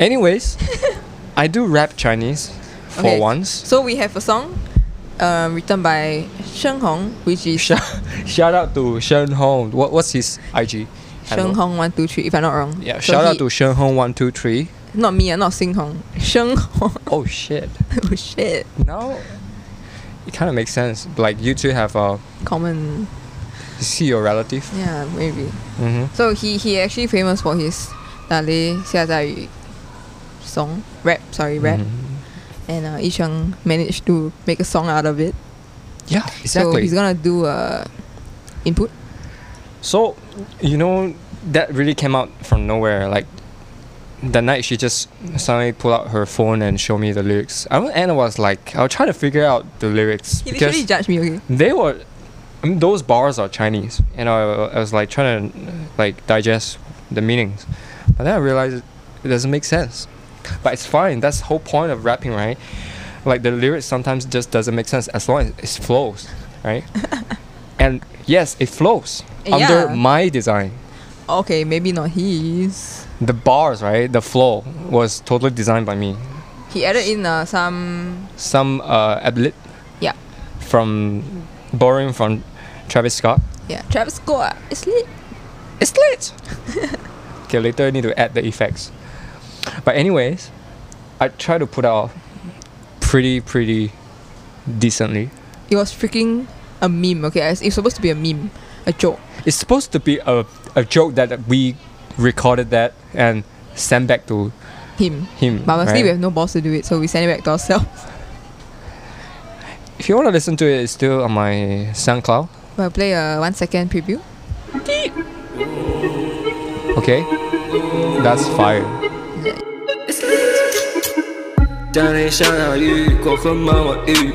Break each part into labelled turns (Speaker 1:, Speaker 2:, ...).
Speaker 1: Anyways, I do rap Chinese for
Speaker 2: Okay.
Speaker 1: once.
Speaker 2: So we have a song uh, written by Shen Hong, which is
Speaker 1: Shout, shout out to Shen Hong. What, what's his IG? handle?
Speaker 2: Shen Hong one two three. If I'm not wrong.
Speaker 1: Yeah,
Speaker 2: So
Speaker 1: shout out
Speaker 2: he-
Speaker 1: to Shen Hong one two three.
Speaker 2: not me, uh, not Sing Hong. Shen Hong.
Speaker 1: Oh shit.
Speaker 2: oh shit.
Speaker 1: Now it kinda makes sense. Like you two have a
Speaker 2: Common.
Speaker 1: see your relative.
Speaker 2: Yeah, maybe.
Speaker 1: Mm-hmm.
Speaker 2: So he he actually famous for his Dale Xia Zai Yu song rap. Sorry, rap.
Speaker 1: Mm-hmm.
Speaker 2: And uh, Yi Cheng managed to make a song out of it.
Speaker 1: Yeah,
Speaker 2: So
Speaker 1: exactly.
Speaker 2: he's gonna do uh, input.
Speaker 1: So, you know, that really came out from nowhere. Like, the night she just suddenly pulled out her phone and showed me the lyrics. I wa- and I was like, I'll try to figure out the lyrics
Speaker 2: He
Speaker 1: because
Speaker 2: literally judged me. Okay.
Speaker 1: they were, I mean, those bars are Chinese, and I, I was like trying to like digest the meanings, but then I realized it doesn't make sense. But it's fine. That's the whole point of rapping, right? Like the lyrics sometimes just doesn't make sense as long as it flows, right? and yes, it flows under
Speaker 2: Yeah.
Speaker 1: my design.
Speaker 2: Okay, maybe not his.
Speaker 1: The bars, right? The flow was totally designed by me.
Speaker 2: He added in uh, some.
Speaker 1: Some uh, ad-lib
Speaker 2: Yeah.
Speaker 1: from borrowing from Travis Scott.
Speaker 2: Yeah, Travis Scott. It's lit.
Speaker 1: It's lit. okay, later I need to add the effects. But anyways, I try to put out pretty pretty decently.
Speaker 2: It was freaking a meme. Okay, it's it's supposed to be a meme, a joke.
Speaker 1: It's supposed to be a, a joke that we recorded that and sent back to
Speaker 2: Him.
Speaker 1: him.
Speaker 2: But honestly,
Speaker 1: right?
Speaker 2: we have no balls to do it, so we send it back to ourselves.
Speaker 1: if you want to listen to it, it's still on my SoundCloud.
Speaker 2: We'll play a one second preview.
Speaker 1: Okay, that's fire.
Speaker 3: 当你想要雨，过后慢慢雨。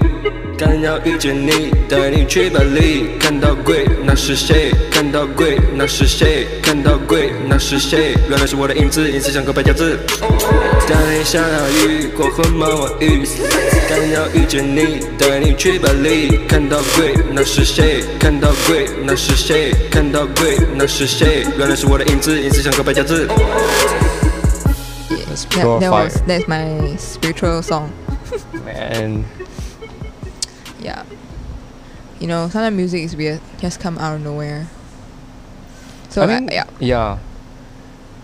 Speaker 3: 刚要遇见你，带你去巴黎，看到鬼那是谁？看到鬼那是谁？看到鬼那是谁？原来是我的影子，影子像个白鸽子。当你想要雨，过后慢慢雨。刚要遇见你，带你去巴黎，看到鬼那是谁？看到鬼那是谁？看到鬼那是谁？原来是我的影子，影子像个白鸽子。
Speaker 1: That's
Speaker 2: Yeah,
Speaker 1: pure
Speaker 2: that
Speaker 1: fire.
Speaker 2: was that's my spiritual song.
Speaker 1: And
Speaker 2: Yeah. You know, sometimes music is weird, just come out of nowhere. So
Speaker 1: I mean,
Speaker 2: I, yeah,
Speaker 1: yeah,